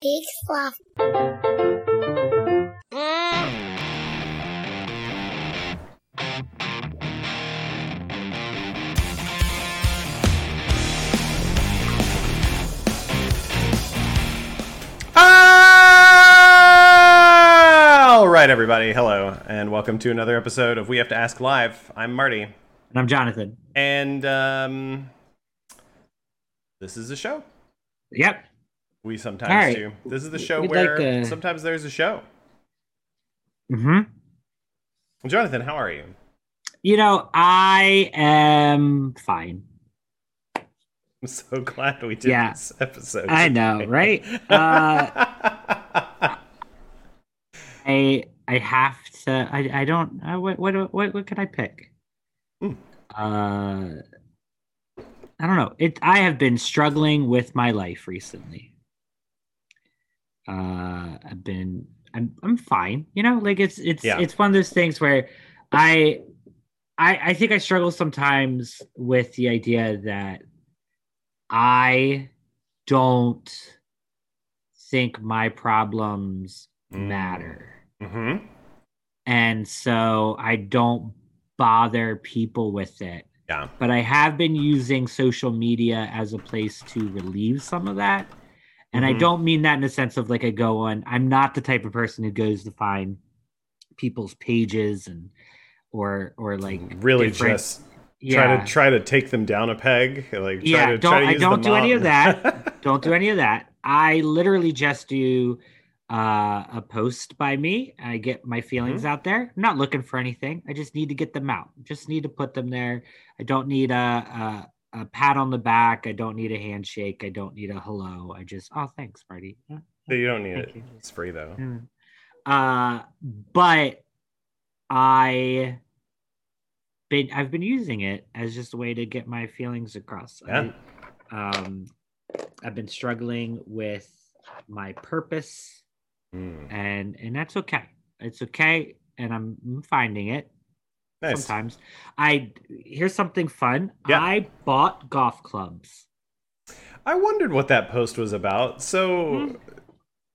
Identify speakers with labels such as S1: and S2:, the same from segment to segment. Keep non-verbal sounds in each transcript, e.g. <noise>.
S1: Big sloth.
S2: All right, everybody. Hello, and welcome to another episode of We Have to Ask Live. I'm Marty,
S3: And I'm Jonathan.
S2: and um, this is a show
S3: Yep.
S2: we sometimes
S3: All right.
S2: do. This is the show
S3: We'd
S2: where
S3: like to-
S2: sometimes there's a show.
S3: hmm
S2: Jonathan, how are you?
S3: You know, I am fine.
S2: I'm so <laughs> glad we did
S3: Yeah.
S2: this episode.
S3: I
S2: <laughs>
S3: know, right? Uh, I I have to. I I don't. Uh, what what what what can I pick?
S2: Hmm.
S3: Uh, I don't know. It. I have been struggling with my life recently. Uh, I've been. I'm. I'm fine. You know, like it's. It's.
S2: Yeah.
S3: It's one of those things where, I, I I think I struggle sometimes with the idea that I don't think my problems matter.
S2: hmm
S3: And so I don't bother people with it.
S2: Yeah.
S3: But I have been using social media as a place to relieve some of that. And
S2: Mhm.
S3: I don't mean that in the sense of like I go on, I'm not the type of person who goes to find people's pages and or or like
S2: Really,
S3: different-
S2: just Mm-hmm. try to try to take them down a peg. Like, try
S3: Yeah,
S2: to,
S3: don't-
S2: try to
S3: I
S2: use
S3: don't
S2: the
S3: do any
S2: mop.
S3: of that. don't do any of that. I literally just do uh, a post by me. I get my feelings out there. I'm not looking for anything. I just need to get them out. Just need to put them there. I don't need a, a, a pat on the back. I don't need a handshake. I don't need a hello. I just, oh, thanks, Marty. Yeah,
S2: So <laughs> you don't need
S3: Thank
S2: it.
S3: you.
S2: It's free though.
S3: Mm. Uh, but I been I've been using it as just a way to get my feelings across.
S2: Yeah.
S3: I, um, I've been struggling with my purpose,
S2: Mm.
S3: and and that's okay. It's okay, and I'm I'm finding it
S2: Nice.
S3: sometimes. I here's something fun.
S2: Yeah.
S3: I bought golf clubs.
S2: I wondered what that post was about. So
S3: Mm.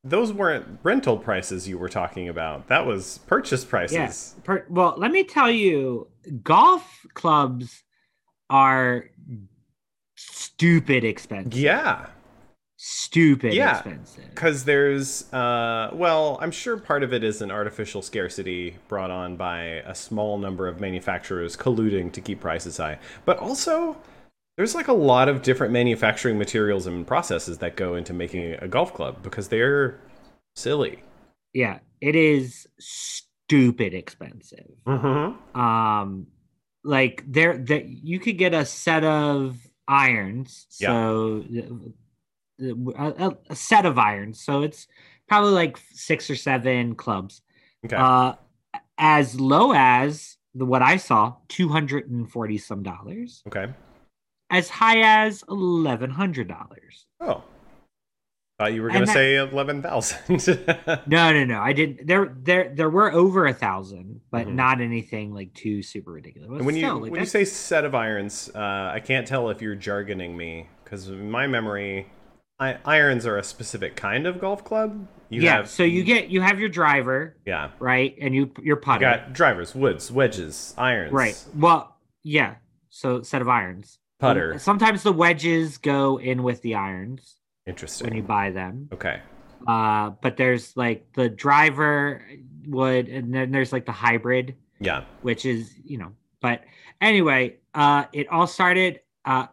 S2: those weren't rental prices you were talking about. That was purchase prices.
S3: per- well let me tell you golf clubs are stupid expensive
S2: Yeah,
S3: stupid
S2: Yeah.
S3: expensive
S2: because there's uh well, I'm sure part of it is an artificial scarcity brought on by a small number of manufacturers colluding to keep prices high. But also there's like a lot of different manufacturing materials and processes that go into making a golf club because they're silly.
S3: yeah it is stupid expensive
S2: Mhm.
S3: um like there that you could get a set of irons
S2: Yeah.
S3: so the- the- a, a- a set of irons so it's probably like six or seven clubs
S2: Okay.
S3: uh, as low as the, what I saw, two hundred and forty some dollars.
S2: okay.
S3: As high as eleven hundred dollars.
S2: Oh. Thought you were
S3: And
S2: gonna
S3: that-
S2: say eleven thousand. <laughs>
S3: No, no, no. I didn't. There, there, there were over a thousand, but
S2: Mhm.
S3: not anything like too super ridiculous. But
S2: And when you
S3: still, like,
S2: when you
S3: that's-
S2: say set of irons, uh, I can't tell if you're jargoning me because in my memory, I, irons are a specific kind of golf club. You
S3: yeah,
S2: have
S3: so you get you have your driver
S2: yeah,
S3: right, and you
S2: you
S3: your putter
S2: got drivers, woods, wedges, irons,
S3: right. Well, yeah. So set of irons.
S2: putter.
S3: Sometimes the wedges go in with the irons when
S2: Interesting.
S3: you buy them.
S2: okay,
S3: uh but there's like the driver would and then there's like the hybrid
S2: yeah,
S3: which is you know but anyway uh it all started uh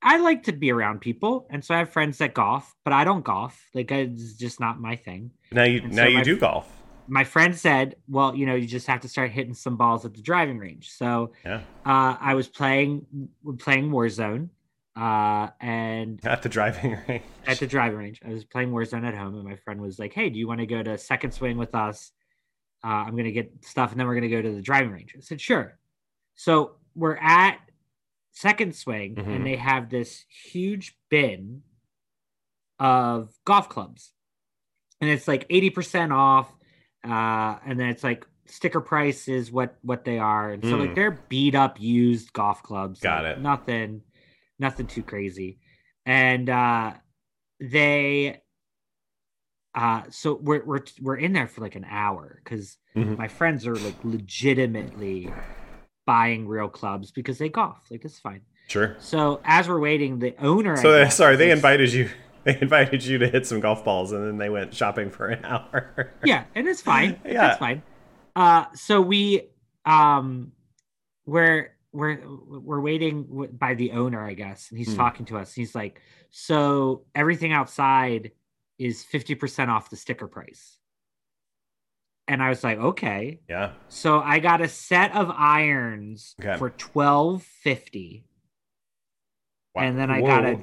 S3: i like to be around people and so i have friends that golf but i don't golf like it's just not my thing
S2: now you
S3: And
S2: now
S3: so
S2: you
S3: my-
S2: do golf.
S3: my friend said well you know you just have to start hitting some balls at the driving range so
S2: Yeah.
S3: uh i was playing playing warzone uh and
S2: at the driving <laughs> range.
S3: at the driving range. I was playing Warzone at home, and my friend was like, "Hey, do you want to go to second swing with us? Uh, I'm gonna get stuff, and then we're gonna go to the driving range." I said, "Sure." So we're at second swing,
S2: Mhm.
S3: and they have this huge bin of golf clubs, and it's like eighty percent off, uh, and then it's like sticker price is what what they are, and so
S2: Mm.
S3: like they're beat up used golf clubs.
S2: Got
S3: like,
S2: it.
S3: Nothing, nothing too crazy, and uh, they uh so we're we're we're in there for like an hour because
S2: Mhm.
S3: my friends are like legitimately buying real clubs because they golf like it's fine
S2: Sure.
S3: so as we're waiting the owner I
S2: So they,
S3: guess,
S2: sorry, they
S3: is-
S2: invited you. <laughs> They invited you to hit some golf balls, and then they went shopping for an <laughs> hour.
S3: yeah and it's fine
S2: <laughs> Yeah.
S3: that's fine uh so we um we're we're we're waiting w- by the owner i guess and he's
S2: Hmm.
S3: talking to us he's like so everything outside is 50% off the sticker price and i was like okay
S2: yeah.
S3: so i got a set of irons
S2: Okay.
S3: for 1250
S2: Wow.
S3: and then i
S2: Whoa.
S3: got a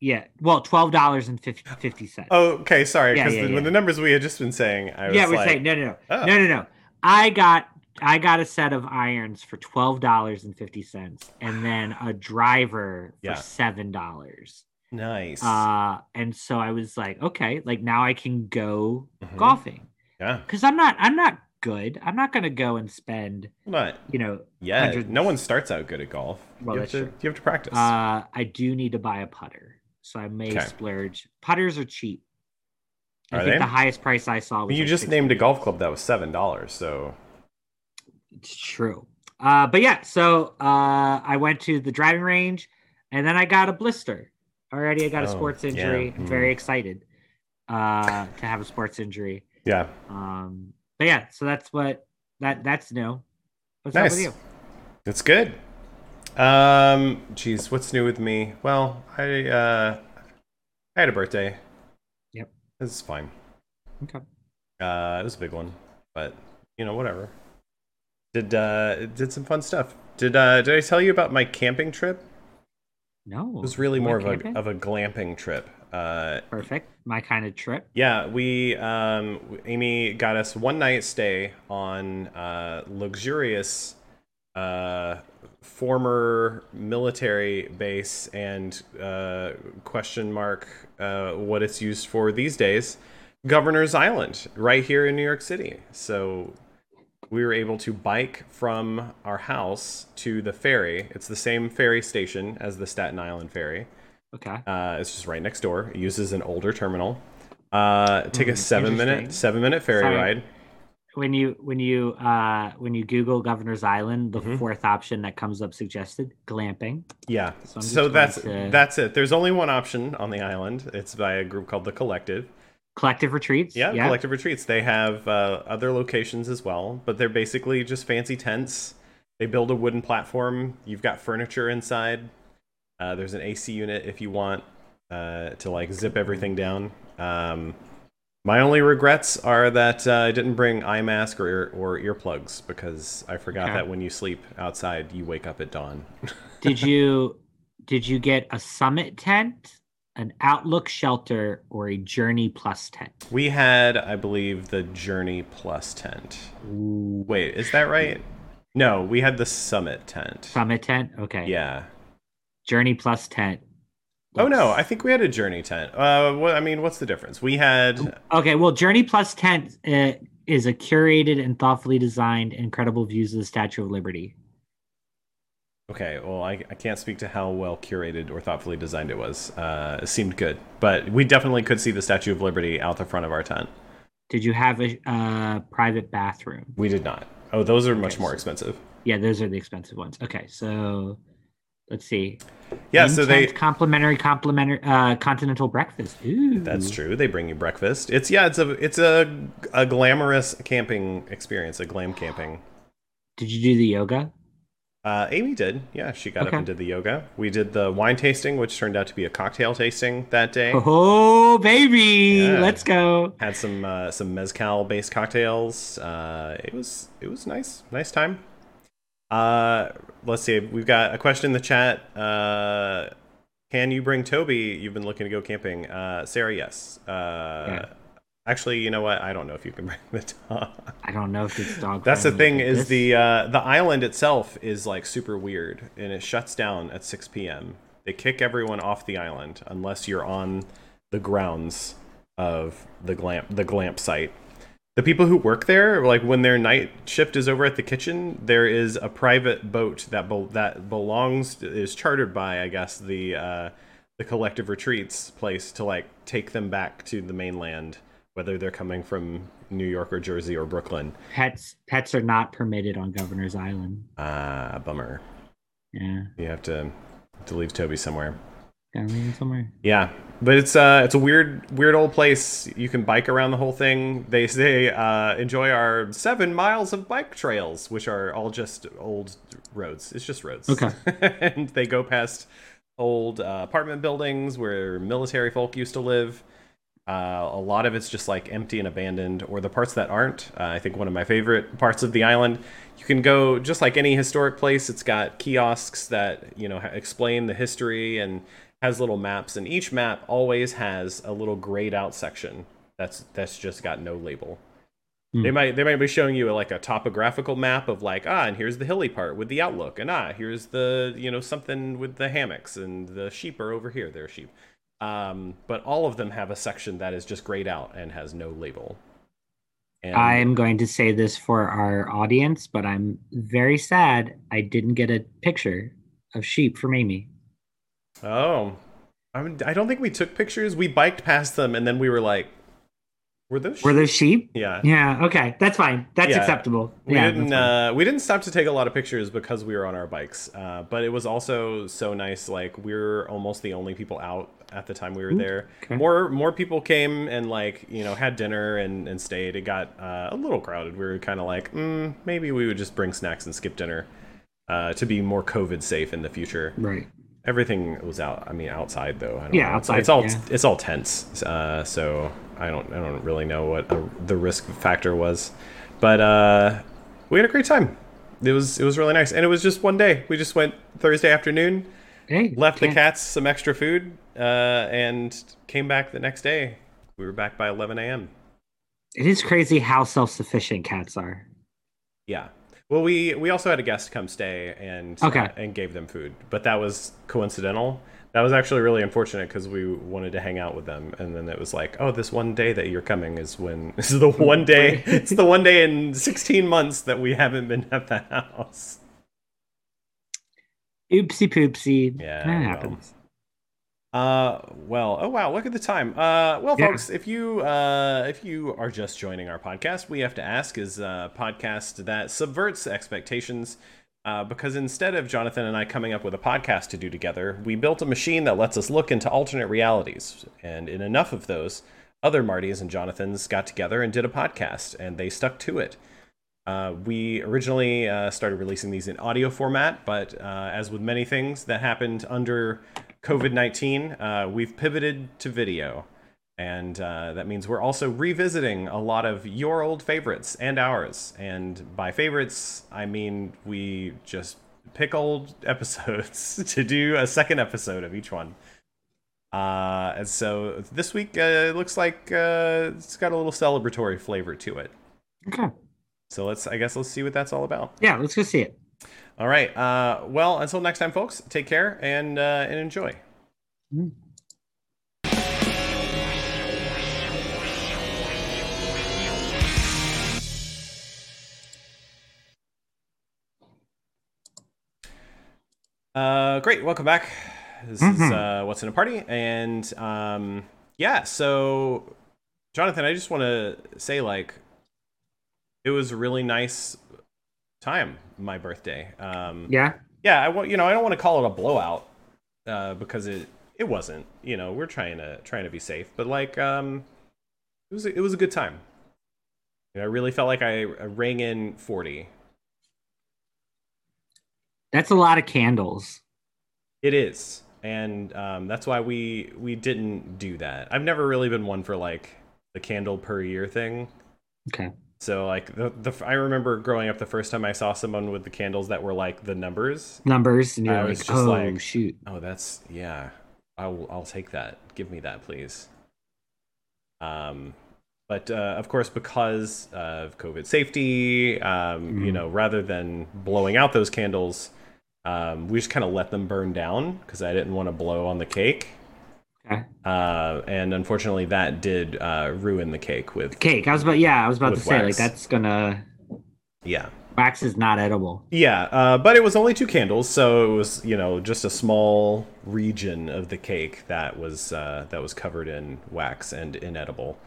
S3: yeah well $12.50
S2: Okay, sorry,
S3: Yeah,
S2: because
S3: yeah,
S2: the,
S3: yeah.
S2: the numbers we had just been saying, Oh, I was
S3: yeah, we're
S2: like,
S3: saying no, no, no,
S2: oh.
S3: no, no, no. I got I got a set of irons for twelve dollars and fifty cents, and then a driver for
S2: Yeah.
S3: seven dollars.
S2: nice.
S3: Uh, and so I was like, okay, like now I can go
S2: Mhm.
S3: golfing
S2: Yeah,
S3: because I'm not I'm not good. I'm not gonna go and spend
S2: not
S3: you know.
S2: yeah.
S3: Hundred-
S2: No one starts out good at golf.
S3: Well,
S2: you, have
S3: that's
S2: to,
S3: true.
S2: you have to practice.
S3: Uh, I do need to buy a putter, so I may
S2: Okay.
S3: splurge. Putters are cheap. I
S2: Are
S3: think
S2: they?
S3: the highest price I saw was
S2: you
S3: like,
S2: just
S3: $60.
S2: named a golf club that was seven dollars. So
S3: It's true. Uh, but yeah, so uh, I went to the driving range, and then I got a blister. Already, I got a
S2: Oh,
S3: sports
S2: yeah.
S3: injury. I'm very excited uh, to have a sports injury.
S2: yeah,
S3: Um, but yeah, so that's what that that's new. What's up with
S2: Nice.
S3: you?
S2: that's good. Um, geez, what's new with me? Well, I uh, I had a birthday.
S3: Yep.
S2: this is fine.
S3: Okay.
S2: Uh, it was a big one, but you know, whatever. Did uh, did some fun stuff. Did uh, did I tell you about my camping trip?
S3: No,
S2: It was really
S3: you
S2: more
S3: went
S2: of a
S3: camping?
S2: of a glamping trip. Uh,
S3: perfect. My kind of trip.
S2: yeah, we um, Amy got us one night stay on uh, luxurious uh, former military base and uh, question mark uh, what it's used for these days, Governor's Island, right here in New York City. So we were able to bike from our house to the ferry. It's the same ferry station as the Staten Island ferry.
S3: Okay.
S2: Uh, it's just right next door. It uses an older terminal. Uh, take
S3: Hmm,
S2: a seven
S3: interesting.
S2: minute seven minute ferry
S3: Sorry.
S2: ride.
S3: When you when you uh, when you Google Governor's Island, the
S2: Mhm.
S3: fourth option that comes up suggested glamping.
S2: Yeah.
S3: So I'm just uh,
S2: So
S3: going
S2: that's
S3: to-
S2: that's it. There's only one option on the island. It's by a group called the Collective.
S3: Collective retreats.
S2: Yeah, Collective Retreats. They have uh, other locations as well, but they're basically just fancy tents. They build a wooden platform. You've got furniture inside. Uh, there's an AC unit if you want uh, to like zip everything down. Um, my only regrets are that uh, I didn't bring eye mask or ear- or earplugs because I forgot
S3: Okay.
S2: that when you sleep outside, you wake up at dawn.
S3: did you did you get a summit tent an outlook shelter or a journey plus tent
S2: We had, I believe, the Journey Plus tent. Wait, is that right? No, we had the Summit tent.
S3: summit tent okay
S2: Yeah.
S3: journey plus tent
S2: Oh no, I
S3: looks-
S2: think we had a journey tent. Uh, what I mean, what's the difference? We had
S3: okay well journey plus tent uh, is a curated and thoughtfully designed incredible views of the statue of liberty
S2: okay. Well, I, I can't speak to how well curated or thoughtfully designed it was. Uh, it seemed good, but we definitely could see the Statue of Liberty out the front of our tent.
S3: did you have a uh, private bathroom
S2: We did not. Oh, those are much
S3: Okay,
S2: more
S3: so-
S2: expensive.
S3: yeah those are the expensive ones okay so let's see
S2: Yeah, so they.
S3: In-tent complimentary complimentary uh, continental breakfast Ooh.
S2: That's true. They bring you breakfast. It's yeah. It's a it's a a glamorous camping experience. A glam camping.
S3: did you do the yoga
S2: Uh, Amy did. Yeah, she got up
S3: Okay.
S2: and did the yoga. We did the wine tasting, which turned out to be a cocktail tasting that day.
S3: Oh baby,
S2: Yeah.
S3: let's go.
S2: had some uh, some mezcal based cocktails. Uh, it was it was nice, nice time. Uh, let's see, we've got a question in the chat. Uh, can you bring Toby? You've been looking to go camping. Uh, Sarah, yes. Uh,
S3: Yeah.
S2: Actually, you know what? I don't know if you can bring the dog.
S3: I don't know if it's dog.
S2: That's the
S3: friendly,
S2: thing
S3: but
S2: is
S3: this-
S2: the uh, the island itself is like super weird, and it shuts down at 6 p.m. They kick everyone off the island unless you're on the grounds of the glamp the glamp site. The people who work there, like when their night shift is over at the kitchen, there is a private boat that bel that belongs is chartered by, I guess, the uh, the collective retreats place to like take them back to the mainland whether they're coming from New York or Jersey or Brooklyn.
S3: Pets pets are not permitted on Governor's Island.
S2: Ah, bummer.
S3: Yeah,
S2: You have to to leave Toby somewhere.
S3: gotta leave them somewhere.
S2: Yeah, but it's uh it's a weird weird old place. You can bike around the whole thing. They say uh, enjoy our seven miles of bike trails, which are all just old roads. It's just roads.
S3: Okay.
S2: <laughs> and they go past old uh, apartment buildings where military folk used to live. Uh, a lot of it's just like empty and abandoned, or the parts that aren't. Uh, I think one of my favorite parts of the island. You can go just like any historic place. It's got kiosks that you know ha- explain the history and has little maps, and each map always has a little grayed out section that's that's just got no label.
S3: Hmm.
S2: They might they might be showing you like a topographical map of like ah and here's the hilly part with the outlook and ah here's the you know something with the hammocks and the sheep are over here they're sheep, um, but all of them have a section that is just grayed out and has no label. And
S3: I'm going to say this for our audience, but I'm very sad I didn't get a picture of sheep from Amy.
S2: oh, I'm, I don't think we took pictures. We biked past them and then we were like, were those
S3: Were those sheep?
S2: yeah
S3: Yeah. Okay, that's fine. That's
S2: Yeah.
S3: acceptable.
S2: We
S3: yeah,
S2: didn't.
S3: that's fine.
S2: Uh, we didn't stop to take a lot of pictures because we were on our bikes. Uh, but it was also so nice. Like we were almost the only people out at the time we were there.
S3: okay.
S2: More more people came and like you know had dinner and and stayed. It got uh, a little crowded. We were kind of like mm, maybe we would just bring snacks and skip dinner uh, to be more COVID safe in the future.
S3: right.
S2: Everything was out. I mean, outside though. I don't
S3: Yeah,
S2: know. It's-
S3: outside,
S2: It's all
S3: yeah.
S2: it's all tents. Uh, so I don't I don't really know what uh the risk factor was, but uh, we had a great time. It was it was really nice, and it was just one day. We just went Thursday afternoon,
S3: Hey,
S2: left the
S3: can't-
S2: cats some extra food, uh, and came back the next day. We were back by 11 a.m.
S3: It is crazy how self-sufficient cats are.
S2: Yeah. Well, we we also had a guest come stay and
S3: Okay.
S2: uh, and gave them food, but that was coincidental. That was actually really unfortunate because we wanted to hang out with them, and then it was like, oh, this one day that you're coming is when <laughs> this is the one day. it's the one day in 16 months that we haven't been at the house.
S3: Oopsie poopsie.
S2: Yeah,
S3: That
S2: well.
S3: happens.
S2: Uh, well, oh wow, look at the time. Uh, well,
S3: Yeah.
S2: folks, if you uh, if you are just joining our podcast, we have to ask is a podcast that subverts expectations. Uh, because instead of Jonathan and I coming up with a podcast to do together, we built a machine that lets us look into alternate realities. And in enough of those, other Martys and Jonathans got together and did a podcast, and they stuck to it. Uh, we originally uh, started releasing these in audio format, but uh, as with many things that happened under COVID 19, uh, we've pivoted to video. And uh, that means we're also revisiting a lot of your old favorites and ours. And by favorites, I mean we just pick old <laughs> episodes to do a second episode of each one. Uh, and so this week, uh, it looks like uh, it's got a little celebratory flavor to it.
S3: Okay.
S2: So let's, I guess, let's see what that's all about.
S3: Yeah, let's go see it.
S2: All right. Uh, well, until next time, folks, take care and uh, and enjoy. Uh, great. Welcome back. This is
S3: Mhm.
S2: uh, what's in a party, and um, yeah. So, Jonathan, I just want to say, like, it was a really nice time. My birthday. Um,
S3: Yeah.
S2: yeah, I want you know I don't want to call it a blowout uh, because it it wasn't. You know, we're trying to trying to be safe, but like um, it was a, it was a good time. And I really felt like I, I rang in forty.
S3: That's a lot of candles.
S2: It is, and um, that's why we we didn't do that. I've never really been one for like the candle per year thing.
S3: Okay.
S2: So like the the I remember growing up the first time I saw someone with the candles that were like the numbers.
S3: Numbers and you're
S2: I
S3: like,
S2: was just
S3: oh
S2: like-
S3: shoot.
S2: Oh, that's yeah. I'll I'll take that. Give me that, please. Um, but uh, of course, because of COVID safety, um, you
S3: Mhm.
S2: know, rather than blowing out those candles, um, we just kind of let them burn down because I didn't want to blow on the cake.
S3: Okay.
S2: Uh, and unfortunately, that did uh, ruin the cake with
S3: Cake. I was about yeah, I was about
S2: With
S3: to say,
S2: wax.
S3: like that's gonna
S2: yeah.
S3: wax is not edible.
S2: Yeah, uh, but it was only two candles, so it was you know just a small region of the cake that was uh, that was covered in wax and inedible.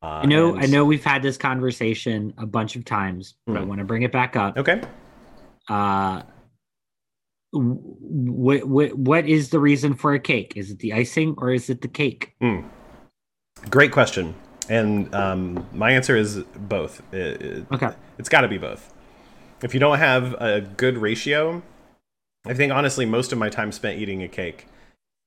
S2: Uh,
S3: I know,
S2: and-
S3: I know we've had this conversation a bunch of times, but I
S2: Mhm.
S3: want to bring it back up.
S2: Okay.
S3: Uh, what what what is the reason for a cake? Is it the icing or is it the cake?
S2: Great question. And um, my answer is both. It, it-
S3: Okay,
S2: it's got to be both. If you don't have a good ratio, I think honestly most of my time spent eating a cake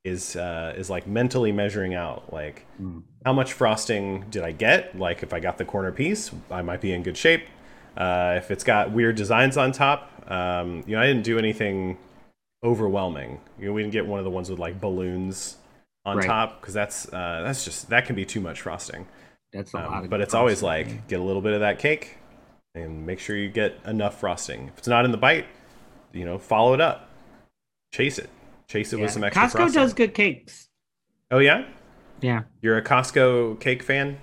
S2: is uh, is like mentally measuring out like
S3: Mm.
S2: how much frosting did I get? Like if I got the corner piece, I might be in good shape. Uh, if it's got weird designs on top, um, you know, I didn't do anything overwhelming. You know, we didn't get one of the ones with like balloons on
S3: Right.
S2: top because that's uh, that's just that can be too much frosting.
S3: that's a lot.
S2: Um,
S3: Of
S2: but it's always like get a little bit of that cake and make sure you get enough frosting. If it's not in the bite, you know, follow it up, chase it, chase it
S3: Yeah.
S2: with some extra.
S3: Costco
S2: frosting.
S3: does good cakes.
S2: Oh yeah,
S3: Yeah,
S2: you're a Costco cake fan.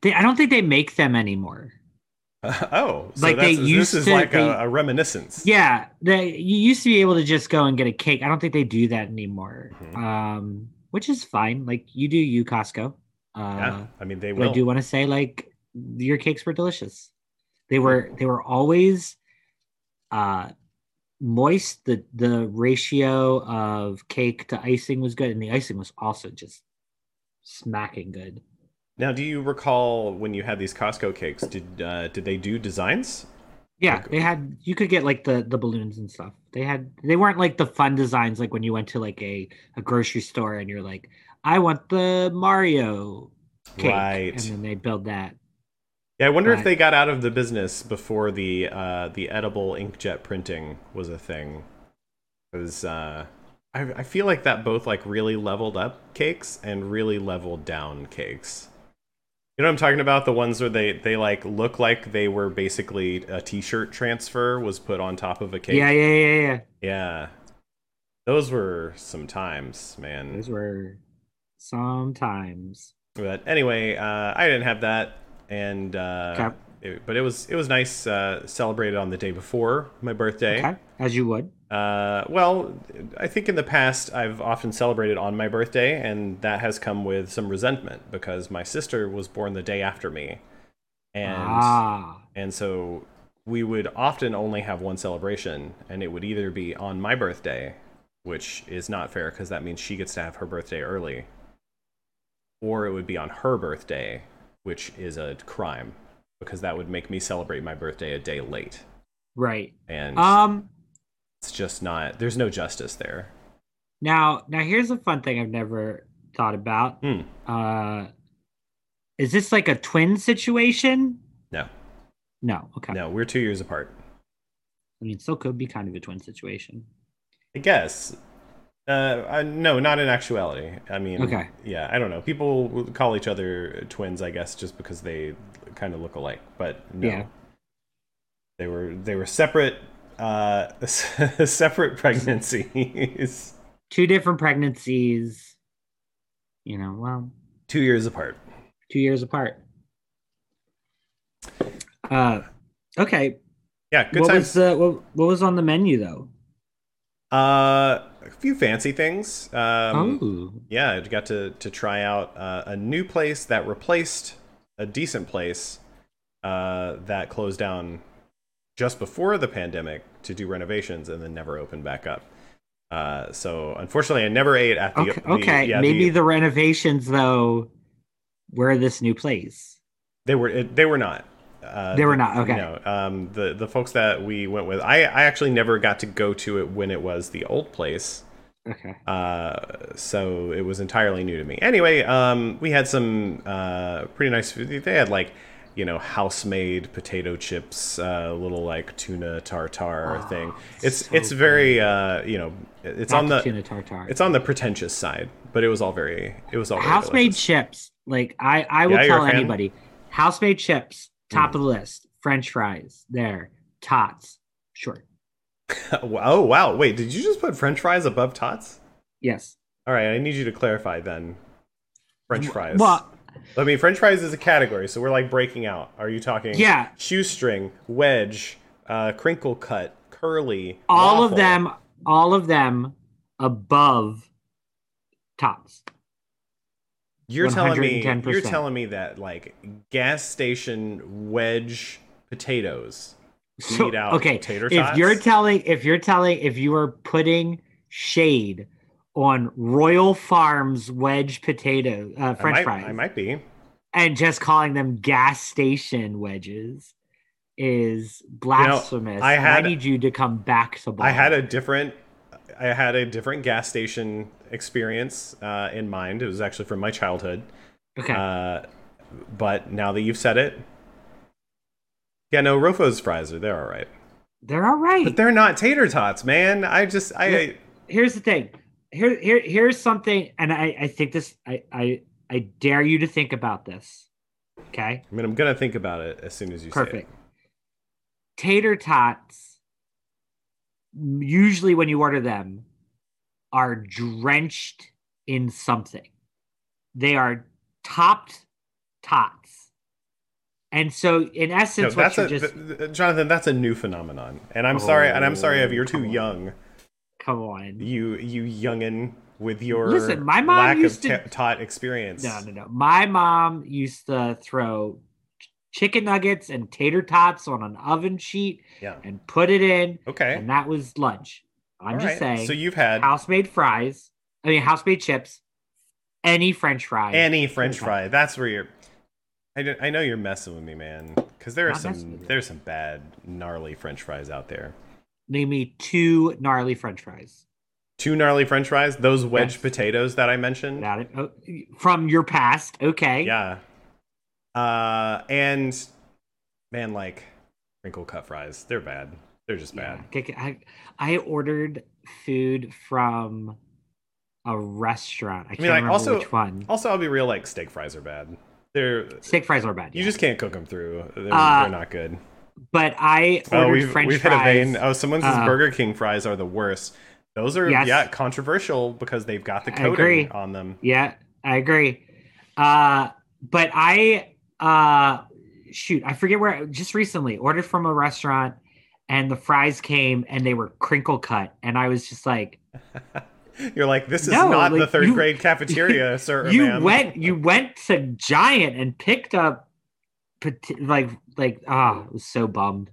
S3: they, I don't think they make them anymore.
S2: <laughs> oh, so
S3: Like, they
S2: that's,
S3: used
S2: this is
S3: to-
S2: like
S3: they-
S2: a, a reminiscence.
S3: Yeah, they, you used to be able to just go and get a cake. I don't think they do that anymore,
S2: Mhm.
S3: um, which is fine. Like you do, you Costco. Uh,
S2: Yeah, I mean they
S3: but
S2: will.
S3: I do want to say like your cakes were delicious. They
S2: Mm-hmm.
S3: were they were always uh moist. The the ratio of cake to icing was good, and the icing was also just smacking good.
S2: Now, do you recall when you had these Costco cakes? Did uh, did they do designs?
S3: Yeah,
S2: Like-
S3: they had you could get like the the balloons and stuff. They had they weren't like the fun designs like when you went to like a a grocery store and you're like, I want the Mario cake,
S2: Right.
S3: and then they build that.
S2: Yeah, I wonder if
S3: Right.
S2: they got out of the business before the uh, the edible inkjet printing was a thing. Because uh, I I feel like that both like really leveled up cakes and really leveled down cakes. You know what I'm talking about? The ones where they they like look like they were basically a T-shirt transfer was put on top of a cake.
S3: Yeah, yeah, yeah, yeah.
S2: Yeah. Those were some times, man.
S3: Those were sometimes.
S2: But anyway, uh, I didn't have that, and uh,
S3: Okay.
S2: it- but it was it was nice. Uh, celebrated on the day before my birthday.
S3: Okay, as you would.
S2: Uh, well, I think in the past I've often celebrated on my birthday, and that has come with some resentment because my sister was born the day after me, and
S3: ah,
S2: and so we would often only have one celebration, and it would either be on my birthday, which is not fair because that means she gets to have her birthday early, or it would be on her birthday, which is a crime because that would make me celebrate my birthday a day late.
S3: right.
S2: And
S3: Um,
S2: it's just not, there's no justice there.
S3: now now here's a fun thing I've never thought about.
S2: Hmm.
S3: Uh, is this like a twin situation?
S2: No,
S3: No. Okay.
S2: no, we're two years apart.
S3: I mean, it still could be kind of a twin situation.
S2: I guess. Uh, uh, no, not in actuality. I mean,
S3: Okay.
S2: yeah, I don't know. People will call each other twins, I guess, just because they kind of look alike. But no,
S3: Yeah.
S2: they were they were separate, uh, <laughs> separate pregnancies,
S3: Two different pregnancies. You know, well,
S2: two years apart.
S3: two years apart. Uh, okay.
S2: Yeah, good
S3: what
S2: times.
S3: was the what, what was on the menu though?
S2: uh, a few fancy things. Um,
S3: oh,
S2: yeah, I got to to try out uh, a new place that replaced a decent place uh, that closed down just before the pandemic to do renovations and then never opened back up. Uh, so unfortunately, I never ate at the.
S3: okay.
S2: the-
S3: okay.
S2: yeah,
S3: Maybe
S2: the,
S3: the renovations though were this new place.
S2: they were it, they were not. Uh,
S3: They were not, okay.
S2: No, um, the the folks that we went with, I I actually never got to go to it when it was the old place.
S3: Okay.
S2: Uh, so it was entirely new to me. Anyway, um, we had some uh, pretty nice food. They had like, you know, house-made potato chips, uh, little like tuna tartare
S3: Oh,
S2: thing. It's
S3: so
S2: it's very uh, you know, it's on the
S3: tuna tartare.
S2: it's on the pretentious side, but it was all very it was all very
S3: house made
S2: delicious. <laughs>
S3: chips. Like I, I will
S2: Yeah, you're a
S3: tell
S2: fan? Mm.
S3: anybody, house made chips, top of the list. French fries, there. Tots, sure.
S2: oh wow! Wait, did you just put French fries above tots?
S3: Yes.
S2: All right, I need you to clarify then. French fries.
S3: Well,
S2: I mean, French fries is a category, so we're like breaking out. Are you talking?
S3: Yeah.
S2: Shoestring, wedge, uh, crinkle cut, curly.
S3: all
S2: waffle.
S3: of them, all of them above tots.
S2: You're telling me you're telling me that like gas station wedge potatoes
S3: So,
S2: eat out
S3: okay,
S2: tater tots.
S3: if you're telling if you're telling if you are putting shade on Royal Farms wedge potato uh,
S2: I
S3: French
S2: might-
S3: fries
S2: I might be.
S3: and just calling them gas station wedges is blasphemous.
S2: I
S3: and
S2: had-
S3: I need you to come back to ball.
S2: I had a different I had a different gas station experience uh, in mind. It was actually from my childhood.
S3: okay.
S2: Uh, but now that you've said it, yeah, no, Rofo's fries are they're all right,
S3: they're all right.
S2: but they're not tater tots, man. I just I
S3: Yeah. here's the thing. Here, here, here's something, and I, I think this, I, I, I dare you to think about this. Okay,
S2: I mean I'm gonna think about it as soon as you say it.
S3: perfect. Tater tots. Usually, when you order them, are drenched in something. They are topped tots, and so in
S2: No,
S3: essence, what
S2: that's
S3: you're
S2: a
S3: just
S2: th- th- Jonathan. That's a new phenomenon, and I'm sorry. And I'm sorry if
S3: Oh,
S2: you're too
S3: come on.
S2: young.
S3: come on.
S2: You you youngin with your
S3: Listen, my mom
S2: lack
S3: used
S2: of
S3: to-
S2: ta- taught experience.
S3: No, no, no. My mom used to throw ch- chicken nuggets and tater tots on an oven sheet
S2: Yeah.
S3: and put it in,
S2: Okay.
S3: and that was lunch.
S2: All
S3: I'm just
S2: right.
S3: saying,
S2: So you've had
S3: house made fries. I mean, house made chips. Any French fries.
S2: any French
S3: Okay.
S2: fry. That's where you're. I, don't- I know you're messing with me, man. Because there are
S3: Not messing
S2: some
S3: with you.
S2: there's some bad gnarly French fries out there.
S3: Name me two gnarly French fries.
S2: Two gnarly French fries. Those wedge
S3: Yes.
S2: potatoes that I mentioned.
S3: Got it. Oh, from your past, okay.
S2: Yeah. Uh, and man, like wrinkle cut fries. They're bad. They're just
S3: Yeah,
S2: bad.
S3: kick it. I, I ordered food from a restaurant. I can't
S2: like,
S3: remember
S2: also-
S3: which one.
S2: Also, I'll be real. Like steak fries are bad. They're
S3: Steak fries are bad.
S2: you
S3: yeah.
S2: just can't cook them through. They're,
S3: Uh,
S2: they're not good.
S3: but I ordered
S2: Oh, we've
S3: French
S2: we've
S3: fries.
S2: hit a vein. Oh, someone says
S3: Uh,
S2: Burger King fries are the worst. Those are
S3: Yes.
S2: yeah controversial because they've got the
S3: I agree.
S2: coating on them.
S3: Yeah, I agree. Uh, but I uh, shoot, I forget where. Just recently, ordered from a restaurant, and the fries came and they were crinkle cut, and I was just like,
S2: You're like, this is
S3: No,
S2: not the
S3: like,
S2: third
S3: you-
S2: grade
S3: <laughs>
S2: cafeteria, sir. or
S3: "You
S2: ma'am.
S3: went, you went to Giant and picked up, pot- like, like, ah, I was so bummed."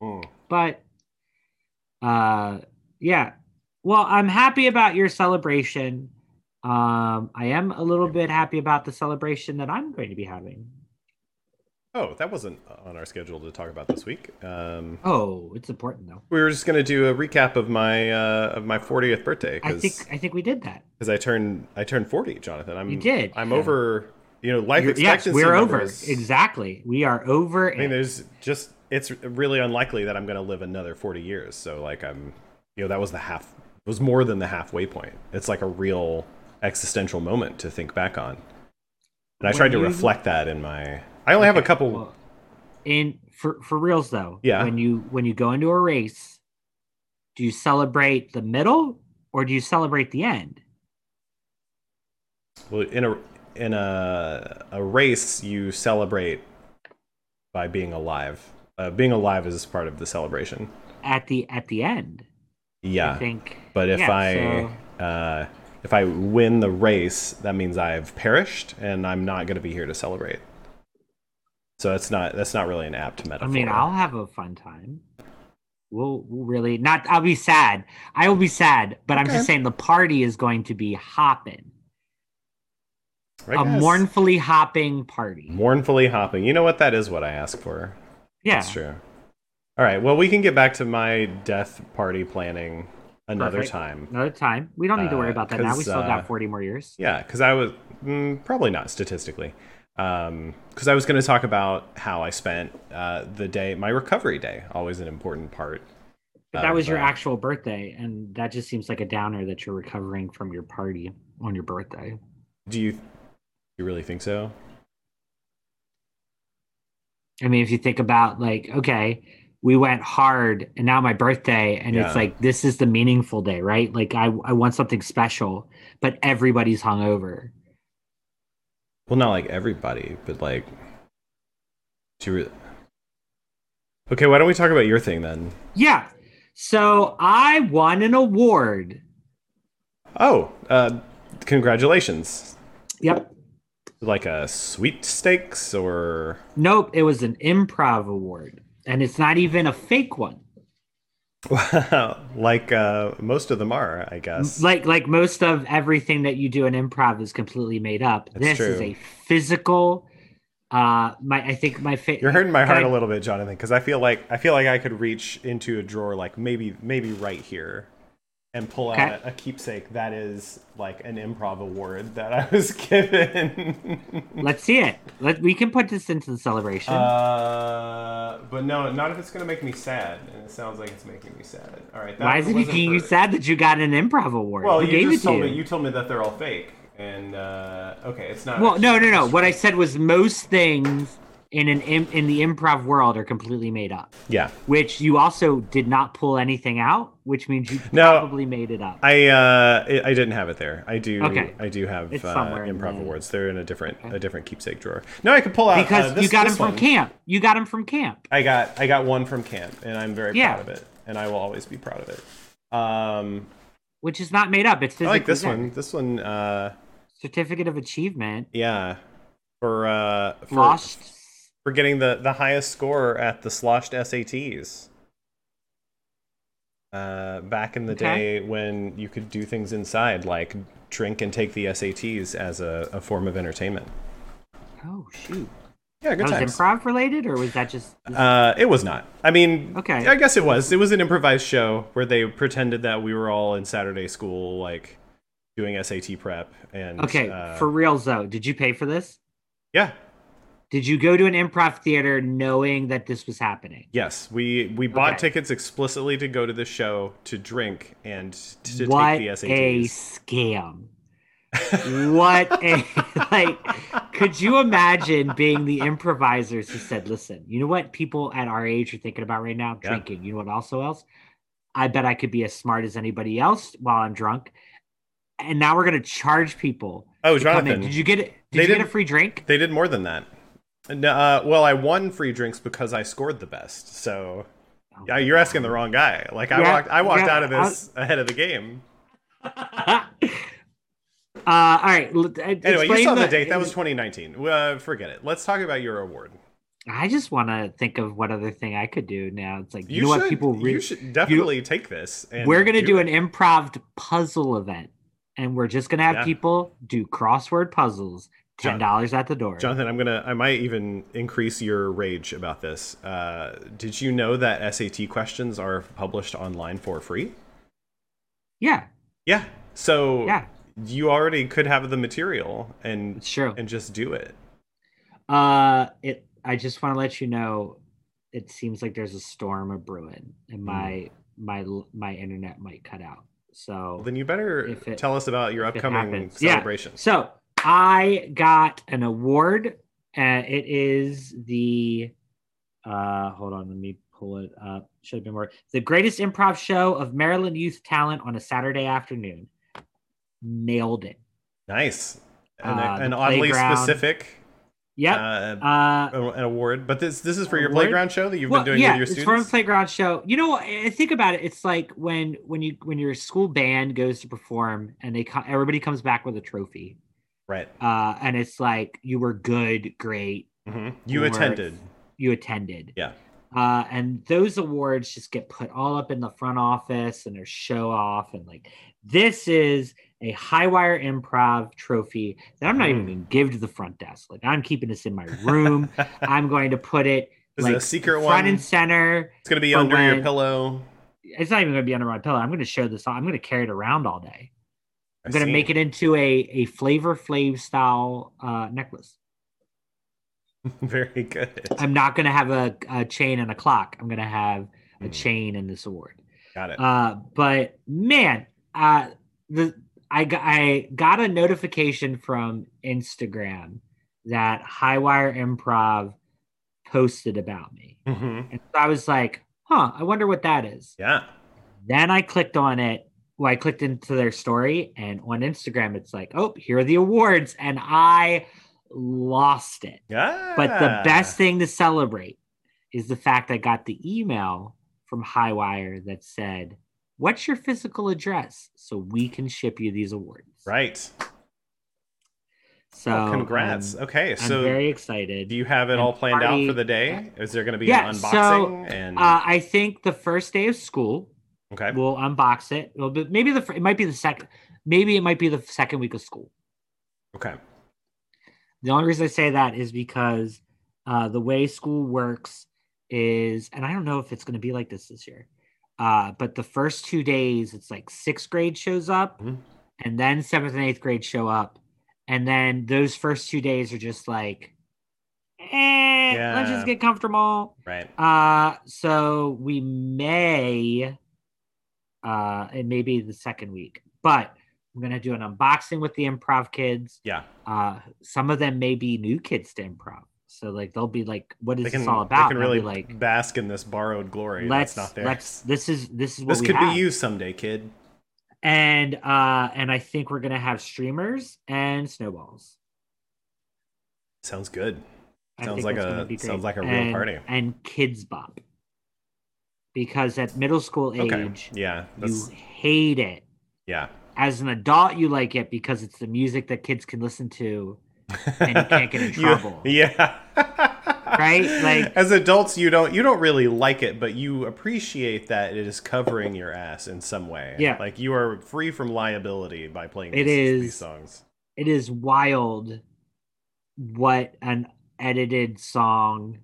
S2: Mm.
S3: But, uh, yeah. Well, I'm happy about your celebration. Um, I am a little bit happy about the celebration that I'm going to be having.
S2: Oh, that wasn't on our schedule to talk about this week. Um,
S3: Oh, it's important though.
S2: we were just gonna do a recap of my uh, of my 40th birthday
S3: I think
S2: because
S3: I think we did that.
S2: I turned I turned 40, Jonathan. I'm
S3: You did.
S2: I'm
S3: Yeah.
S2: over. You know, life
S3: You're- yes,
S2: expectancy.
S3: we're over.
S2: numbers-
S3: Exactly. We are over.
S2: I mean,
S3: it.
S2: there's just it's really unlikely that I'm gonna live another 40 years. So like I'm, you know, that was the half it was more than the halfway point. It's like a real existential moment to think back on. And I
S3: When
S2: tried to
S3: you-
S2: reflect that in my. I only have a
S3: Okay,
S2: couple.
S3: well, in for for reals though.
S2: Yeah.
S3: When you when you go into a race, do you celebrate the middle or do you celebrate the end?
S2: Well, in a in a a race, you celebrate by being alive. Uh, being alive is part of the celebration.
S3: At the at the end, I
S2: Yeah,
S3: think.
S2: but if
S3: yeah,
S2: I uh, if I win the race, that means I've perished, and I'm not going to be here to celebrate. So that's not that's not really an apt
S3: so, I
S2: metaphor.
S3: mean, I'll have a fun time. We'll, we'll really not. I'll be sad. I will be sad, but I'm
S2: Okay.
S3: just saying the party is going to be hopping.
S2: I
S3: a
S2: guess.
S3: mournfully hopping party.
S2: mournfully hopping. You know what? That is what I ask for.
S3: yeah,
S2: That's true. All right. Well, we can get back to my death party planning another
S3: Perfect.
S2: time.
S3: another time. We don't need to worry
S2: Uh,
S3: about that now.
S2: 'cause,
S3: We still
S2: uh,
S3: got 40 more years.
S2: Yeah, because I was mm, probably not statistically, because I was going to talk about how I spent uh, the day, my recovery day, always an important part.
S3: But that was your
S2: uh,
S3: actual birthday, and that just seems like a downer that you're recovering from your party on your birthday.
S2: Do you you really think so?
S3: I mean, if you think about like, okay, we went hard, and now my birthday, and it's
S2: Yeah.
S3: like this is the meaningful day, right? Like I, I want something special, but everybody's hungover.
S2: Well, not like everybody, but like, do you? Re- okay, why don't we talk about your thing then?
S3: Yeah. So I won an award.
S2: Oh, uh, congratulations!
S3: Yep.
S2: like a sweepstakes or <laughs>
S3: Nope, it was an improv award, and it's not even a fake one.
S2: wow, like uh, most of them are, I guess.
S3: Like like most of everything that you do in improv is completely made up.
S2: That's
S3: this
S2: true.
S3: is a physical. Uh, my I think my fa-
S2: You're hurting my
S3: Can
S2: heart
S3: I-
S2: a little bit, Jonathan, because I feel like I feel like I could reach into a drawer, like maybe maybe right here, and pull
S3: Okay.
S2: out a keepsake that is like an improv award that I was <laughs> given.
S3: Let's see it. Let we can put this into the celebration.
S2: uh, but no, not if it's gonna make me sad, and it sounds like it's making me sad. All right, that
S3: Why is it
S2: wasn't
S3: making you
S2: for-
S3: sad that you got an improv award?
S2: Well,
S3: Who
S2: you
S3: gave
S2: just
S3: it to
S2: told me you told me that they're all fake, and uh, okay, it's not.
S3: Well, no, no,
S2: actually-
S3: no. What I said was most things in an im- in the improv world are completely made up,
S2: Yeah,
S3: which you also did not pull anything out, which means you
S2: No.
S3: probably made it up.
S2: I uh, I- I didn't have it there. I do.
S3: Okay.
S2: I do have
S3: It's
S2: uh,
S3: somewhere in
S2: improv
S3: there.
S2: awards. They're in a different a different keepsake drawer. No, I could pull out
S3: because
S2: uh, this,
S3: you got
S2: this
S3: him from
S2: one.
S3: camp. You got him from camp.
S2: I got I got one from camp, and I'm very
S3: Yeah.
S2: proud of it, and I will always be proud of it. Um,
S3: which is not made up. It's
S2: I
S3: physically
S2: like this
S3: there.
S2: one. This one, uh,
S3: Certificate of achievement.
S2: yeah, for uh, for
S3: Lost.
S2: for getting the the highest score at the sloshed SATs. Uh, back in the
S3: Okay.
S2: day when you could do things inside, like drink and take the SATs as a, a form of entertainment.
S3: Oh shoot!
S2: Yeah, good
S3: That
S2: times.
S3: was improv related, or was that just?
S2: uh, it was not. I mean,
S3: Okay.
S2: I guess it was. It was an improvised show where they pretended that we were all in Saturday school, like doing SAT prep. And
S3: Okay,
S2: uh,
S3: for real though, did you pay for this?
S2: yeah,
S3: Did you go to an improv theater knowing that this was happening?
S2: yes, we we bought
S3: Okay.
S2: tickets explicitly to go to the show to drink and t- to take
S3: what
S2: the SATs.
S3: a scam! what a <laughs> like. Could you imagine being the improvisers who said, "Listen, you know what people at our age are thinking about right now?
S2: Yeah.
S3: Drinking. You know what? Also, else, I bet I could be as smart as anybody else while I'm drunk." And now we're gonna charge people.
S2: Oh,
S3: to come in.
S2: Jonathan,
S3: Did you get it?
S2: They
S3: Did you get a
S2: didn't-
S3: free drink?
S2: they did more than that. And, uh, well, I won free drinks because I scored the best. So
S3: Oh
S2: yeah,
S3: my
S2: you're asking the
S3: God.
S2: wrong guy. Like I
S3: Yeah,
S2: walked, I walked
S3: yeah,
S2: out of this ahead of the game.
S3: uh, all right. l- <laughs> uh,
S2: Anyway, you
S3: explain
S2: saw the, date. That was 2019. Uh, forget it. Let's talk about your award.
S3: I just want to think of what other thing I could do now. It's like you,
S2: You,
S3: know
S2: should,
S3: what people. Re-
S2: you should definitely take this. And
S3: we're gonna do
S2: it.
S3: an improv puzzle event, and we're just gonna have
S2: Yeah.
S3: people do crossword puzzles.
S2: John-
S3: Ten dollars at the door.
S2: Jonathan, I'm gonna. I might even increase your rage about this. Uh, did you know that SAT questions are published online for free?
S3: yeah,
S2: Yeah. So
S3: yeah,
S2: you already could have the material and
S3: it's true.
S2: and just do it.
S3: Uh, it. I just want to let you know. It seems like there's a storm abrewing, and
S2: Hmm.
S3: my my l- my internet might cut out. So
S2: Well, then you better
S3: If it-
S2: tell us about your
S3: if it
S2: upcoming
S3: happens. Yeah.
S2: celebration.
S3: So I got an award. Uh, it is the uh, hold on, let me pull it up. Should have been more the greatest improv show of Maryland youth talent on a Saturday afternoon. Nailed it.
S2: Nice. An,
S3: Uh,
S2: an
S3: the
S2: oddly
S3: playground.
S2: specific
S3: Yep.
S2: uh,
S3: Uh,
S2: an award, but this this is for your
S3: Award?
S2: playground show that you've
S3: well,
S2: been doing
S3: yeah,
S2: with your
S3: it's from
S2: students.
S3: playground show. You know, I I think about it. It's like when when you when your school band goes to perform and they co- everybody comes back with a trophy,
S2: right.
S3: uh, and it's like you were good, great,
S2: hmm You
S3: Or- <laughs>
S2: attended.
S3: you attended.
S2: Yeah.
S3: Uh, and those awards just get put all up in the front office and they're show off. And like, this is a high wire improv trophy that I'm not even
S2: Mm.
S3: going to give to the front desk. Like, I'm keeping this in my
S2: <laughs>
S3: room. I'm going to put it
S2: Is it
S3: like
S2: a secret
S3: front
S2: one?
S3: and
S2: It's
S3: center.
S2: going to be
S3: for
S2: under your
S3: when-
S2: pillow.
S3: It's not even going to be under my pillow. I'm going to show this. I'm going to carry it around all
S2: I
S3: day. I'm going to
S2: see.
S3: make it into a, a flavor flav style uh, necklace.
S2: <laughs> very good.
S3: I'm not going to have a, a chain and a clock. I'm going to have a
S2: Mm,
S3: chain in this award.
S2: Got it.
S3: Uh, but man, uh, the I got, I got a notification from Instagram that Highwire Improv posted about me,
S2: hmm
S3: and so I was like, "Huh, I wonder what that is."
S2: Yeah.
S3: Then I clicked on it. Well, I clicked into their story, and on Instagram, it's like, "Oh, here are the awards," and I lost it.
S2: Yeah.
S3: But the best thing to celebrate is the fact I got the email from Highwire that said, What's your physical address? So we can ship you these awards.
S2: Right.
S3: So
S2: Oh, congrats.
S3: um,
S2: okay,
S3: I'm
S2: so
S3: very excited.
S2: do you have it all planned out
S3: party-
S2: for the day? Is there going to be
S3: Yeah,
S2: an
S3: so,
S2: unboxing? and
S3: uh, I think the first day of school,
S2: okay,
S3: we'll unbox it. It'll be, maybe the fir- it might be the second. Maybe it might be the second week of school.
S2: okay,
S3: The only reason I say that is because uh, the way school works is, and I don't know if it's going to be like this this year, uh, but the first two days, it's like sixth grade shows up,
S2: Mhm.
S3: and then seventh and eighth grade show up. And then those first two days are just like, eh, let's
S2: Yeah.
S3: just get comfortable.
S2: right.
S3: Uh, so we may, uh, it may be the second week, but I'm going to do an unboxing with the improv kids
S2: Yeah,
S3: uh some of them may be new kids to improv so like they'll be like what is
S2: they can.
S3: this all about
S2: They can
S3: And I'll
S2: really
S3: be like
S2: bask in this borrowed glory.
S3: let's
S2: That's not there.
S3: let's this is this is what
S2: this
S3: we
S2: could
S3: have.
S2: be you someday, kid.
S3: and uh and i think we're gonna have streamers and snowballs
S2: Sounds good.
S3: I
S2: Sounds
S3: think
S2: like
S3: that's
S2: a-
S3: gonna be great.
S2: sounds like a real
S3: And-
S2: party.
S3: and kids bop because at middle school age
S2: Okay. Yeah.
S3: you
S2: That's,
S3: hate it
S2: yeah.
S3: as an adult you like it because it's the music that kids can listen to and you can't get in
S2: <laughs> You-
S3: trouble.
S2: yeah.
S3: <laughs> Right? Like-
S2: as adults, you don't you don't really like it, but you appreciate that it is covering your ass in some way.
S3: Yeah.
S2: Like you are free from liability by playing
S3: It
S2: these, these
S3: is-
S2: songs.
S3: it is wild what an edited song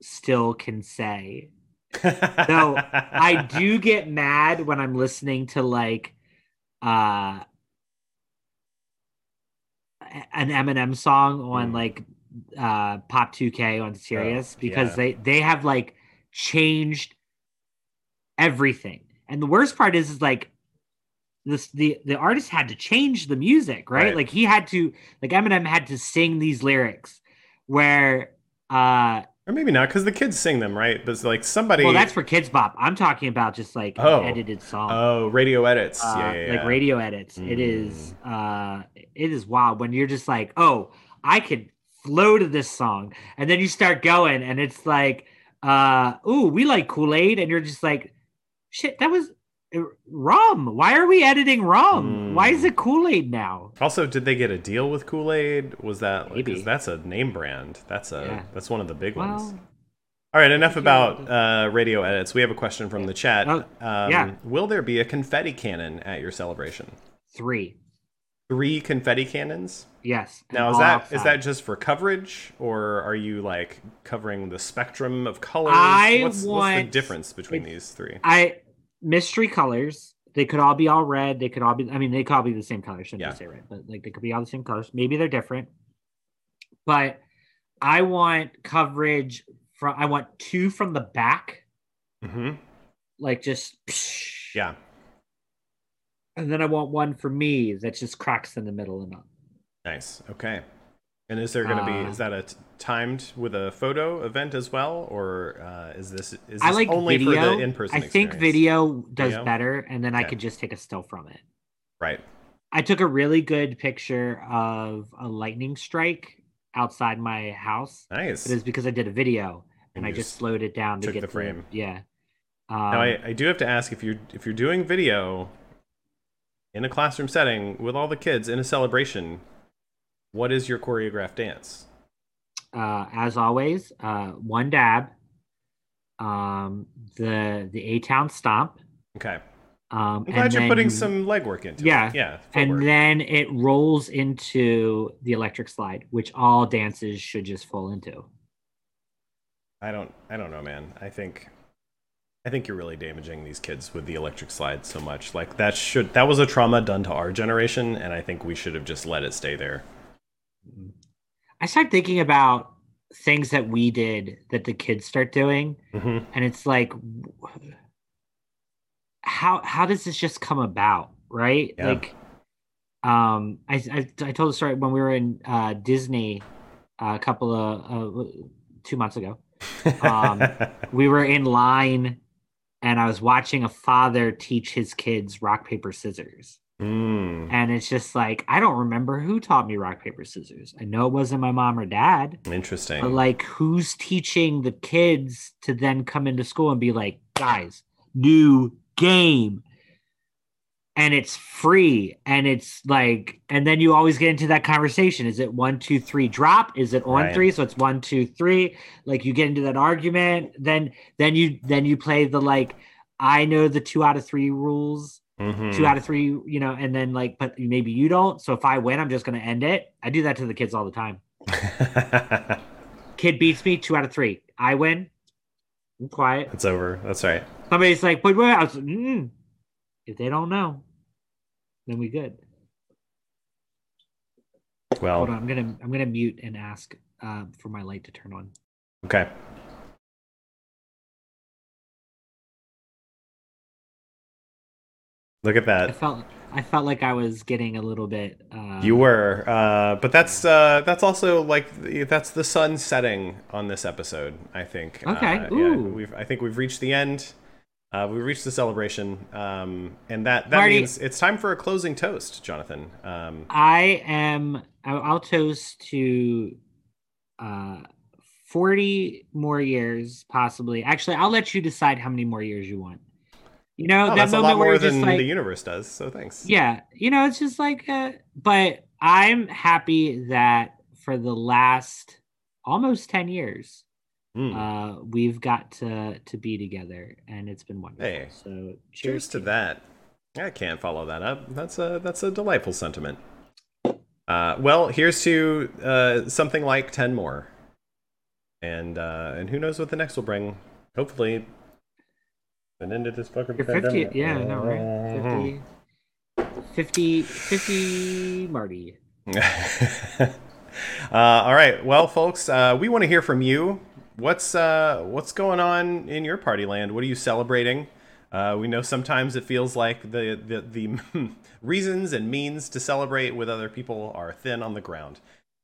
S3: still can say. <laughs> No, I
S2: <laughs>
S3: do get mad when I'm listening to like uh a- an Eminem song on
S2: Mm.
S3: like uh Pop 2K on Sirius because
S2: Oh, yeah.
S3: they they have like changed everything. And the worst part is is like this the the artist had to change the music, right?
S2: Right.
S3: Like he had to like Eminem had to sing these lyrics where uh
S2: Or maybe not, because the kids sing them, right? But it's like somebody
S3: well that's for kids bop. I'm talking about just like an
S2: Oh.
S3: edited song.
S2: Oh, radio edits.
S3: Uh,
S2: yeah, yeah, Mm.
S3: like
S2: yeah.
S3: radio edits. It is uh it is wild when you're just like, oh, I could flow to this song. And then you start going and it's like, uh, ooh, we like Kool-Aid, and you're just like, shit, that was uh, rum. Why are we editing rum? Why is
S2: Mm.
S3: it Kool-Aid now?
S2: Also, did they get a deal with Kool Aid? Was that like, 'cause
S3: Maybe.
S2: that's a name brand? That's a
S3: Yeah.
S2: that's one of the big ones.
S3: Well,
S2: All right, enough
S3: Thank you.
S2: about uh, radio edits. We have a question from the chat.
S3: Oh,
S2: um,
S3: yeah.
S2: Will there be a confetti cannon at your celebration?
S3: three.
S2: Three confetti cannons.
S3: Yes. and
S2: Now is
S3: all
S2: that is
S3: outside.
S2: that just for coverage, or are you like covering the spectrum of colors?
S3: I
S2: what's, what's the
S3: want-
S2: difference between these three?
S3: I mystery colors. They could all be all red. They could all be. I mean, they could all be the same color. Shouldn't
S2: Yeah.
S3: just say red, but like they could be all the same colors. Maybe they're different. But I want coverage from. I want two from the back,
S2: hmm
S3: like just. psh,
S2: Yeah.
S3: And then I want one for me that just cracks in the middle and up.
S2: Nice. Okay. And is there going to be
S3: Uh,
S2: is that a t- timed with a photo event as well, or uh, is this is this
S3: I like
S2: only
S3: video.
S2: for the in person?
S3: I think video does
S2: Video?
S3: better, and then I
S2: Okay.
S3: could just take a still from it.
S2: Right.
S3: I took a really good picture of a lightning strike outside my house.
S2: Nice.
S3: It is because I did a video and,
S2: And
S3: I
S2: you
S3: just
S2: s-
S3: slowed it down to
S2: took
S3: get
S2: the
S3: to
S2: frame.
S3: yeah. Um,
S2: Now I, I do have to ask if you're if you're doing video in a classroom setting with all the kids in a celebration, what is your choreographed dance?
S3: uh, as always, uh, one dab, um, the the A Town stomp.
S2: Okay.
S3: Um,
S2: I'm glad
S3: and
S2: you're
S3: then
S2: putting
S3: you-
S2: some legwork into
S3: Yeah.
S2: it. Yeah.
S3: And
S2: footwork.
S3: then it rolls into the electric slide, which all dances should just fall into.
S2: I don't I don't know, man. I think I think you're really damaging these kids with the electric slide so much. Like that should that was a trauma done to our generation, and I think we should have just let it stay there.
S3: I start thinking about things that we did that the kids start doing,
S2: hmm
S3: and it's like, w- how how does this just come about, right?
S2: Yeah.
S3: Like, um, I, I I told the story when we were in uh, Disney a couple of uh, two months ago. Um, <laughs> We were in line, and I was watching a father teach his kids rock paper scissors.
S2: Mm,
S3: And it's just like I don't remember who taught me rock paper scissors. I know it wasn't my mom or dad.
S2: interesting.
S3: But like, who's teaching the kids to then come into school and be like, guys, new game? and it's free and it's like and then you always get into that conversation is it one two three drop is it on
S2: Right.
S3: three so it's one two three like you get into that argument then then you then you play the like i know the two out of three rules
S2: Mhm.
S3: two out of three you know and then like but maybe you don't so if i win i'm just going to end it i do that to the kids all the time kid beats me two out of three i win I'm quiet
S2: it's over. <laughs> That's right.
S3: somebody's like but wait, I was, like, mm, if they don't know then we good Hold on,
S2: Well,
S3: I'm gonna I'm gonna mute and ask uh, for my light to turn on.
S2: okay. Look at
S3: I
S2: that.
S3: felt I felt like I was getting a little bit. Uh,
S2: You were, uh, but that's uh, that's also like the- that's the sun setting on this episode. I think.
S3: Okay,
S2: Uh, yeah,
S3: ooh.
S2: we've I think we've reached the end. Uh, we reached the celebration, um, and that that
S3: Marty-
S2: means it's time for a closing toast, Jonathan. Um,
S3: I am. I'll I'll toast to uh, 40 more years, possibly. Actually, I'll let you decide how many more years you want. You know
S2: oh,
S3: that
S2: that's a
S3: moment
S2: lot
S3: where
S2: more
S3: you're just
S2: than
S3: like,
S2: the universe does. So thanks.
S3: Yeah, you know, it's just like, uh, but I'm happy that for the last almost 10 years,
S2: Mm.
S3: uh, we've got to to be together, and it's been wonderful.
S2: Hey,
S3: so cheers,
S2: Cheers to
S3: you.
S2: that. I can't follow that up. That's a that's a delightful sentiment. Uh, well, here's to uh, something like ten more, and uh, and who knows what the next will bring. Hopefully, an end to this fucking
S3: You're 50,
S2: pandemic. Mm-hmm.
S3: yeah, no, right? 50, 50, 50 Marty.
S2: <laughs> uh, all right, well, folks, uh, we want to hear from you. What's uh, what's going on in your party land? What are you celebrating? Uh, we know sometimes it feels like the the, the <laughs> reasons and means to celebrate with other people are thin on the ground.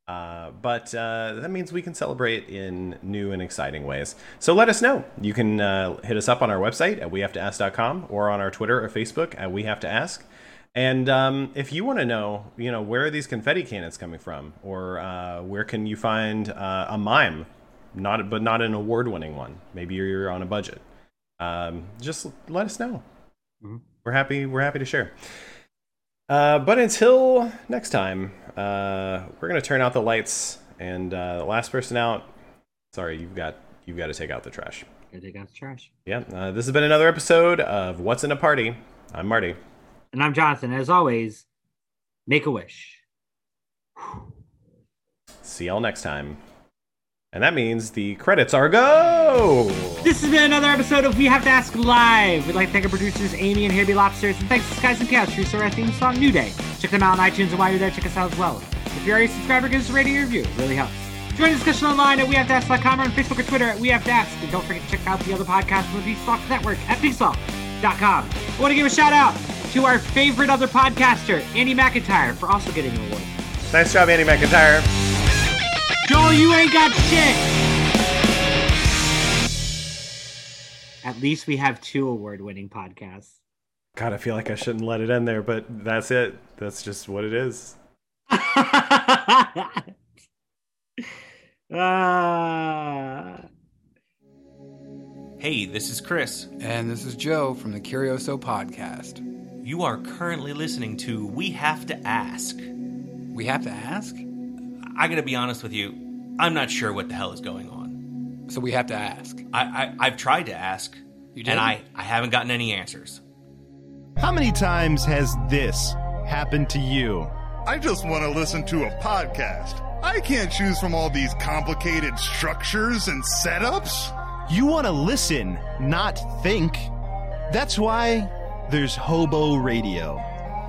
S2: Uh, but uh, that means we can celebrate in new and exciting ways. So let us know. You can uh, hit us up on our website at wehavetoask.com or on our Twitter or Facebook at we have to ask. And um, if you want to know, you know, where are these confetti cannons coming from, or uh, where can you find uh, a mime, not but not an award-winning one? Maybe you're on a budget. Um, just let us know.
S3: Mhm.
S2: We're happy. We're happy to share. Uh, but until next time, uh, we're gonna turn out the lights, and uh, the last person out. Sorry, you've got you've got to take out the trash.
S3: Gotta take out the trash.
S2: Yeah, uh, this has been another episode of What's in a Party. I'm Marty.
S3: And I'm Jonathan. As always, make a wish.
S2: See y'all next time. And that means the credits are go.
S3: This has been another episode of We Have to Ask Live. We'd like to thank our producers, Amy and Herbie Lobsters, and thanks to Skies and Chaos for our theme song, New Day. Check them out on iTunes, and while you're there, check us out as well. If you're already a subscriber, give us a rating and review. It really helps. Join the discussion online at wehavetoask.com or on Facebook or Twitter at We Have to Ask. And don't forget to check out the other podcasts from the Beatstalk Network at beatstalk.com. I want to give a shout out to our favorite other podcaster, Andy McIntyre, for also getting an award.
S2: Nice job, Andy McIntyre.
S3: Joel, you ain't got shit. At least we have two award-winning podcasts. <laughs>
S2: God, I feel like I shouldn't let it end there, but that's it. That's just what it is.
S3: Ah.
S1: Hey, this is Chris.
S4: And this is Joe from the Curioso Podcast.
S1: You are currently listening to We Have to Ask.
S4: We have to ask?
S1: I gotta be honest with you, I'm not sure what the hell is going on.
S4: So we have to ask.
S1: I, I, I've tried to ask,
S4: You did?
S1: and I, I haven't gotten any answers.
S5: How many times has this happened to you?
S6: I just want to listen to a podcast. I can't choose from all these complicated structures and setups.
S5: You want to listen, not think. That's why there's Hobo Radio.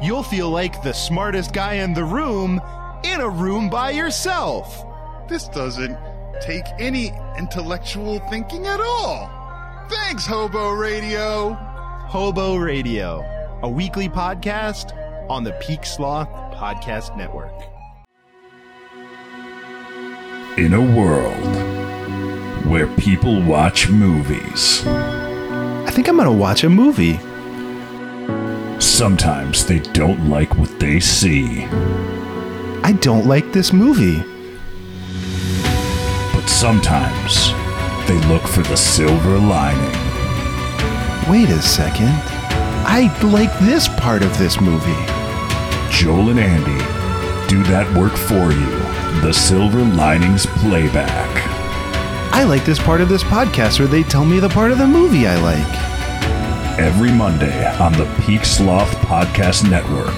S5: You'll feel like the smartest guy in the room in a room by yourself.
S6: This doesn't take any intellectual thinking at all. Thanks, Hobo Radio.
S5: Hobo Radio, a weekly podcast on the Peak Sloth Podcast Network.
S7: In a world where people watch movies,
S5: I think I'm going to watch a movie.
S7: sometimes they don't like what they see,
S5: I don't like this movie.
S7: but sometimes they look for the silver lining.
S5: Wait a second. I I like this part of this movie.
S7: Joel and Andy do that work for you. The Silver Linings Playback.
S5: I like this part of this podcast where they tell me the part of the movie I like.
S7: Every Monday on the Peak Sloth Podcast Network